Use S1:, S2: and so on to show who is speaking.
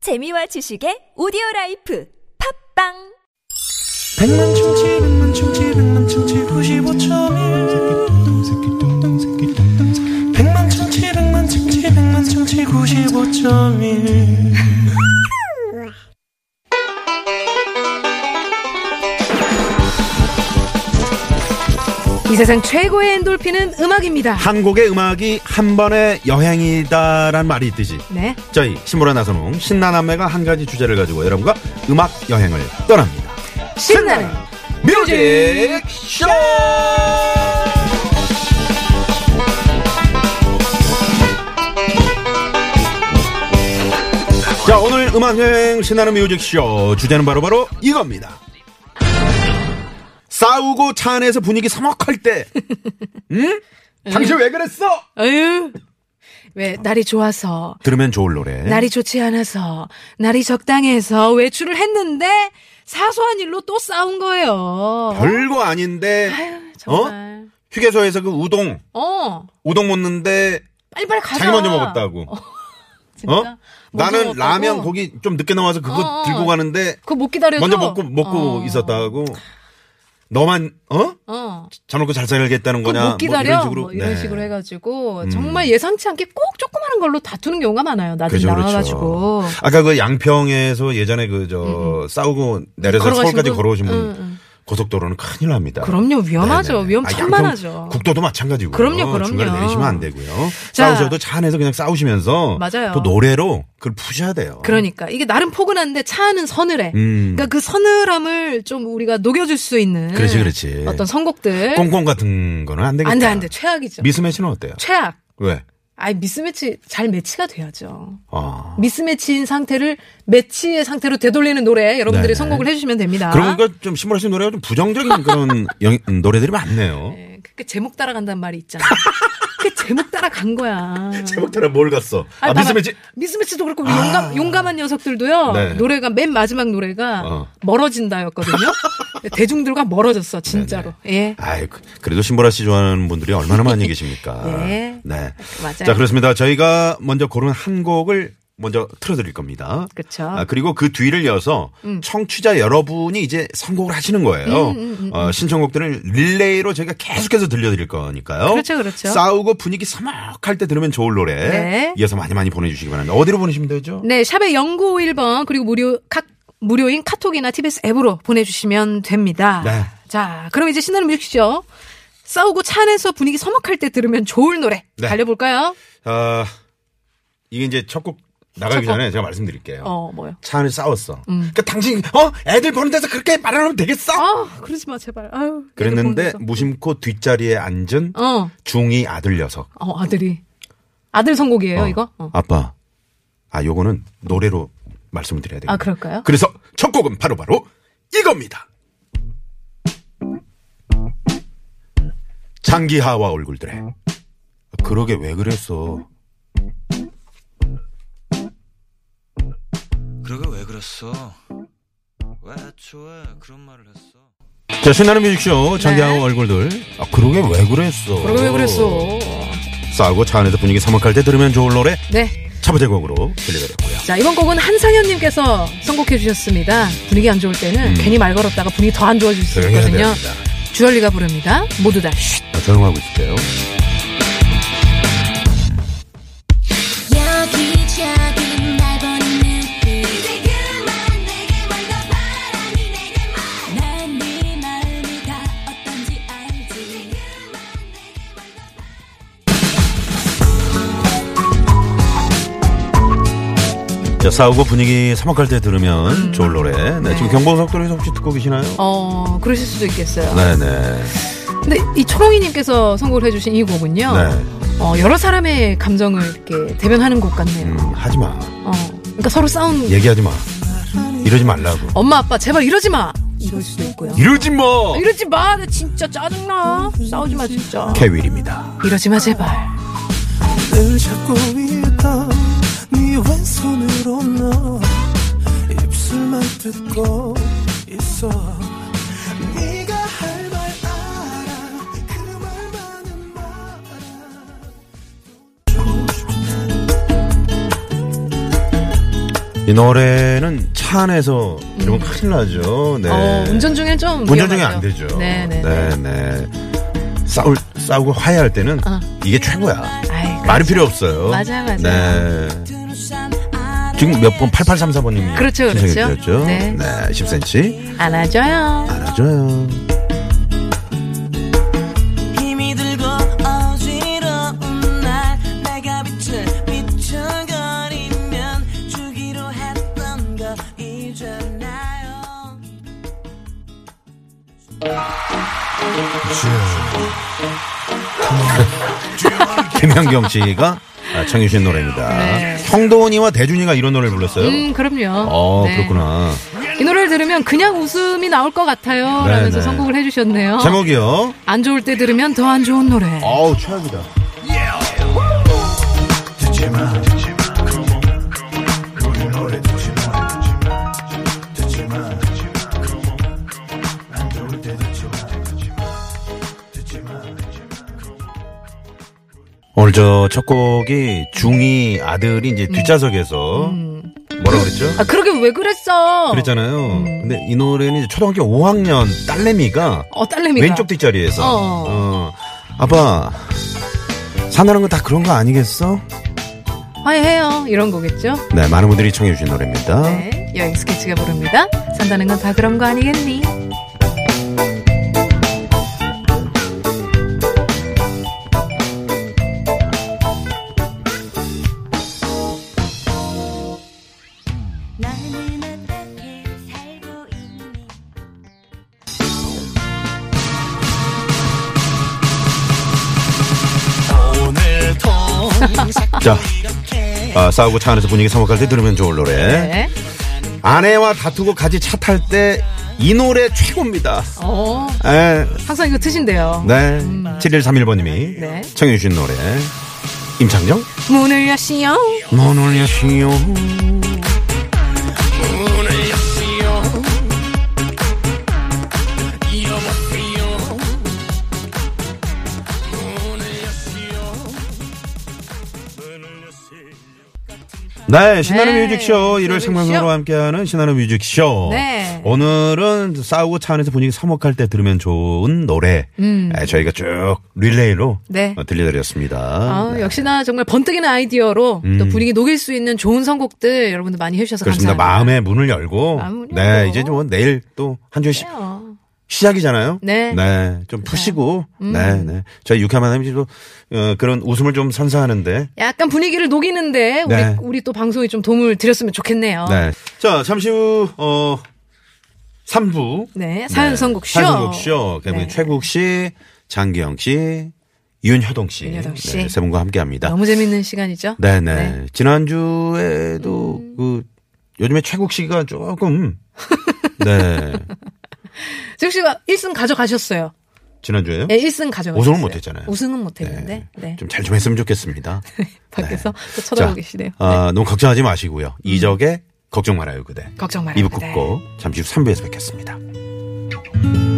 S1: 재미와 지식의 오디오 라이프 팝빵
S2: 백만 충치 백만 충치 백만 충치 95.1 백만 충치 백만 충치 백만 충치 95.1
S3: 이 세상 최고의 엔돌핀은 음악입니다.
S4: 한국의 음악이 한 번의 여행이다라는 말이 있듯이
S3: 네.
S4: 저희 신보라 나선홍 신나남매가 한 가지 주제를 가지고 여러분과 음악 여행을 떠납니다.
S3: 신나는
S4: 뮤직 쇼! 자 오늘 음악 여행 신나는 뮤직 쇼 주제는 바로 바로 이겁니다. 싸우고 차 안에서 분위기 서먹할 때, 응? 당신 왜 그랬어?
S3: 어유. 왜 날이 좋아서
S4: 들으면 좋을 노래.
S3: 날이 좋지 않아서 날이 적당해서 외출을 했는데 사소한 일로 또 싸운 거예요.
S4: 별거 아닌데
S3: 아유, 정말.
S4: 휴게소에서 그 우동
S3: 어?
S4: 우동 먹는데
S3: 빨리빨리 가자.
S4: 자기 먼저 먹었다고.
S3: 어, 진짜?
S4: 어?
S3: 먼저
S4: 나는
S3: 먹었다고?
S4: 라면 거기 좀 늦게 나와서 그거
S3: 어, 어.
S4: 들고 가는데
S3: 그거 못 기다려줘.
S4: 먼저 먹고 먹고
S3: 어.
S4: 있었다고. 너만 어?
S3: 어.
S4: 잘 먹고 잘 살겠다는
S3: 그거
S4: 거냐?
S3: 못 기다려.
S4: 뭐 이런 식으로 네.
S3: 해가지고
S4: 음.
S3: 정말 예상치 않게 꼭 조그마한 걸로 다투는 경우가 많아요. 나중에
S4: 그죠,
S3: 나와가지고. 음,
S4: 그렇죠. 아까 그 양평에서 예전에 그 저 싸우고 내려서
S3: 걸어가신
S4: 서울까지
S3: 분? 음,
S4: 걸어오신 분
S3: 응, 응.
S4: 고속도로는 큰일 납니다.
S3: 그럼요 위험하죠
S4: 네네네.
S3: 위험
S4: 아,
S3: 천만하죠
S4: 양평 국도도 마찬가지고요.
S3: 그럼요, 그럼요.
S4: 중간에 내리시면 안 되고요.
S3: 자.
S4: 싸우셔도 차 안에서 그냥 싸우시면서
S3: 맞아요.
S4: 또 노래로 그걸 푸셔야 돼요.
S3: 그러니까 이게 나름 포근한데 차는 서늘해
S4: 음.
S3: 그러니까 그 서늘함을 좀 우리가 녹여줄 수 있는
S4: 그렇지, 그렇지.
S3: 어떤 선곡들
S4: 꽁꽁 같은 거는 안 되겠다.
S3: 안돼 안돼 최악이죠
S4: 미스매치는 어때요?
S3: 최악
S4: 왜?
S3: 아이 미스매치 잘 매치가 돼야죠
S4: 아.
S3: 미스매치인 상태를 매치의 상태로 되돌리는 노래 여러분들이
S4: 네네.
S3: 선곡을 해주시면 됩니다
S4: 그런 거좀 신보라 씨 노래가 좀 부정적인 그런 영- 음, 노래들이 많네요.
S3: 네, 그 제목 따라간단 말이 있잖아 그 제목 따라간 거야
S4: 제목 따라 뭘 갔어?
S3: 아니,
S4: 아,
S3: 봐봐.
S4: 미스매치.
S3: 미스매치도 그렇고 우리 용감 용감한 녀석들도요.
S4: 아. 네.
S3: 노래가 맨 마지막 노래가
S4: 어.
S3: 멀어진다였거든요. 대중들과 멀어졌어
S4: 네,
S3: 진짜로. 예.
S4: 아이, 그- 그래도 신보라 씨 좋아하는 분들이 얼마나 많이 계십니까?
S3: 네.
S4: 네.
S3: 맞아요.
S4: 자, 그렇습니다. 저희가 먼저 고른 한 곡을 먼저 틀어드릴 겁니다.
S3: 그쵸. 음.
S4: 아, 그리고 그 뒤를 이어서 청취자 여러분이 이제 선곡을 하시는 거예요.
S3: 음.
S4: 어, 신청곡들을 릴레이로 저희가 계속해서 들려드릴 거니까요.
S3: 그렇죠, 그렇죠.
S4: 싸우고 분위기 서먹할 때 들으면 좋을 노래.
S3: 네.
S4: 이어서 많이 많이 보내주시기 바랍니다. 어디로 보내시면 되죠?
S3: 네 샵의 0951번 그리고 무료 각 무료인 카톡이나 TBS 앱으로 보내주시면 됩니다.
S4: 네.
S3: 자 그럼 이제 신나는 뮤직쇼 싸우고 차 안에서 분위기 서먹할 때 들으면 좋을 노래
S4: 네.
S3: 달려볼까요?
S4: 아, 이게 이제 첫 곡 나가기
S3: 첫 곡.
S4: 전에 제가 말씀드릴게요.
S3: 어 뭐요?
S4: 차 안에 싸웠어.
S3: 음.
S4: 그러니까 당신 어 애들 보는 데서 그렇게 말하면 되겠어?
S3: 아 그러지 마 제발. 아유. 애들
S4: 그랬는데
S3: 보면서.
S4: 무심코 뒷자리에 앉은
S3: 어.
S4: 중이 아들 녀석.
S3: 어 아들이 아들 선곡이에요
S4: 어,
S3: 이거. 어.
S4: 아빠. 아, 요거는 노래로 말씀을 드려야 돼요.
S3: 아 그럴까요?
S4: 그래서 첫 곡은 바로바로 이겁니다. 장기하와 얼굴들의 아, 그러게 왜 그랬어?
S5: 그러게 왜 그랬어? 왜 애초에 그런 말을 했어?
S4: 자, 신나는 뮤직쇼 장기하와 얼굴들. 아, 그러게 왜 그랬어?
S3: 네. 그러게 왜 그랬어?
S4: 싸우고 차 안에서 분위기 서먹할 때 들으면 좋을 노래
S3: 네.
S4: 첫 번째 곡으로 들려드렸고요.
S3: 자, 이번 곡은 한상현님께서 선곡해 주셨습니다. 분위기 안 좋을 때는 괜히 말 걸었다가 분위기 더 안 좋아질 수
S4: 음. 조용히 해야
S3: 있거든요.
S4: 됩니다.
S3: 주얼리가 부릅니다. 모두 다 쉿.
S4: 아, 조용하고 있을게요.
S6: 여기저기 날 보는 눈빛 이제 그만 내게만 더 바라니 내게만 난 네 마음이 다 어떤지 알지 이제 그만 내게만 더
S4: 자, 싸우고 분위기 사막할 때 들으면 좋을 노래. 네,
S3: 네.
S4: 지금 경보고속도로에서 혹시 듣고 계시나요?
S3: 어, 그러실 수도 있겠어요.
S4: 네네.
S3: 근데 이 초롱이님께서 선곡을 해주신 이 곡은요.
S4: 네.
S3: 어, 여러 사람의 감정을 이렇게 대변하는 곡 같네요.
S4: 음, 하지 마.
S3: 어, 그러니까 서로 싸운
S4: 얘기하지 마. 이러지 말라고.
S3: 엄마, 아빠, 제발 이러지 마! 이럴 수도 있고요.
S4: 이러지 마!
S3: 이러지 마! 나 진짜 짜증나! 싸우지 마, 진짜.
S4: 케윌입니다.
S3: 이러지 마, 제발.
S2: 늘 잡고 있던 네 왼손으로 너 입술만 뜯고 있어 네가 할 말 알아 그 말만은 말아
S4: 이 노래는 차 안에서 이러면 큰일 나죠. 네.
S3: 음. 어, 운전 중에 좀
S4: 운전 중에
S3: 위험하죠.
S4: 안 되죠.
S3: 네네.
S4: 네, 네. 싸울, 싸우고 화해할 때는
S3: 어.
S4: 이게 최고야.
S3: 아이,
S4: 말이 필요 없어요.
S3: 맞아요, 맞아요.
S4: 네. 지금 몇 번, 8834번님이.
S3: 그렇죠, 그렇죠.
S4: 드렸죠.
S3: 네.
S4: 네. 10cm.
S3: 안아줘요.
S4: 알아줘요.
S6: 힘이 들고 어지러운 날 내가 빛을 비춰거리면 주기로 했던 거 잊었나요
S4: 김현경 씨가 아, 청해주신 노래입니다.
S3: 네.
S4: 형도원이와 대준이가 이런 노래를 불렀어요.
S3: 음, 그럼요.
S4: 어,
S3: 네.
S4: 그렇구나.
S3: 이 노래를 들으면 그냥 웃음이 나올 것 같아요.
S4: 네,
S3: 라면서
S4: 네.
S3: 선곡을 해주셨네요.
S4: 제목이요.
S3: 안 좋을 때 들으면 더 안 좋은 노래.
S4: 어우, 최악이다. 오늘 저 첫 곡이 중이 아들이 이제 뒷좌석에서 뭐라 그랬죠?
S3: 음. 아, 그러게 왜 그랬어? 음.
S4: 그랬잖아요. 근데 이 노래는 이제 초등학교 5학년 딸내미가
S3: 어, 딸내미가.
S4: 왼쪽 뒷자리에서
S3: 어.
S4: 어, 아빠 산다는 건 다 그런 거 아니겠어?
S3: 화해해요. 이런 거겠죠?
S4: 네, 많은 분들이 청해 주신 노래입니다.
S3: 네. 여행 스케치가 부릅니다. 산다는 건 다 그런 거 아니겠니?
S6: 나는 어떻게 살고 있니
S4: 자, 아, 싸우고 차 안에서 분위기 서먹할 때 들으면 좋을 노래.
S3: 네.
S4: 아내와 다투고 같이 차 탈 때 이 노래 최고입니다.
S3: 어,
S4: 에,
S3: 항상 이거 트신대요.
S4: 네, 7131번님이
S3: 음. 네.
S4: 청해 주신 노래. 임창정?
S3: 문을 여시요.
S4: 문을 여시오. 네, 신나는
S3: 네,
S4: 뮤직쇼 1월
S3: 뮤직쇼.
S4: 생방송으로 함께하는 신나는 뮤직쇼.
S3: 네.
S4: 오늘은 싸우고 차 안에서 분위기 서먹할 때 들으면 좋은 노래. 네, 저희가 쭉 릴레이로
S3: 네.
S4: 어, 들려드렸습니다.
S3: 아,
S4: 네.
S3: 역시나 정말 번뜩이는 아이디어로 또 분위기 녹일 수 있는 좋은 선곡들 여러분들 많이 해주셔서
S4: 음. 그렇습니다.
S3: 감사합니다.
S4: 마음의 문을 열고.
S3: 마음을
S4: 네,
S3: 열고.
S4: 이제 좀 내일 또 한 주의 시,
S3: 마음.
S4: 시작이잖아요.
S3: 네. 음.
S4: 좀 푸시고. 네, 네. 저희 유쾌한 만남이도 어, 그런 웃음을 좀 선사하는데.
S3: 약간 분위기를 녹이는데 우리
S4: 네.
S3: 우리 또 방송이 좀 도움을 드렸으면 좋겠네요.
S4: 네. 자, 잠시 후, 어, 3부.
S3: 네, 사연 선곡 쇼.
S4: 사연선곡쇼.
S3: 네.
S4: 최국 씨, 장기영 씨, 윤효동 씨.
S3: 윤효동 씨.
S4: 네, 세 분과 함께 합니다.
S3: 너무 재밌는 시간이죠.
S4: 네네. 지난주에도
S3: 음.
S4: 그 요즘에 최국 씨가 조금 네.
S3: 지국 씨가 1승 가져가셨어요.
S4: 지난주에요?
S3: 예, 1승 가져가셨어요.
S4: 우승은 못했잖아요.
S3: 우승은 못했는데. 네.
S4: 좀 잘 좀 했으면 좋겠습니다.
S3: 밖에서 또 쳐다보고 계시네요.
S4: 아, 너무 걱정하지 마시고요. 이적에 음. 걱정 말아요, 그대.
S3: 걱정 말아요. 네.
S4: 이부
S3: 그대.
S4: 굽고 잠시 후 3부에서 뵙겠습니다.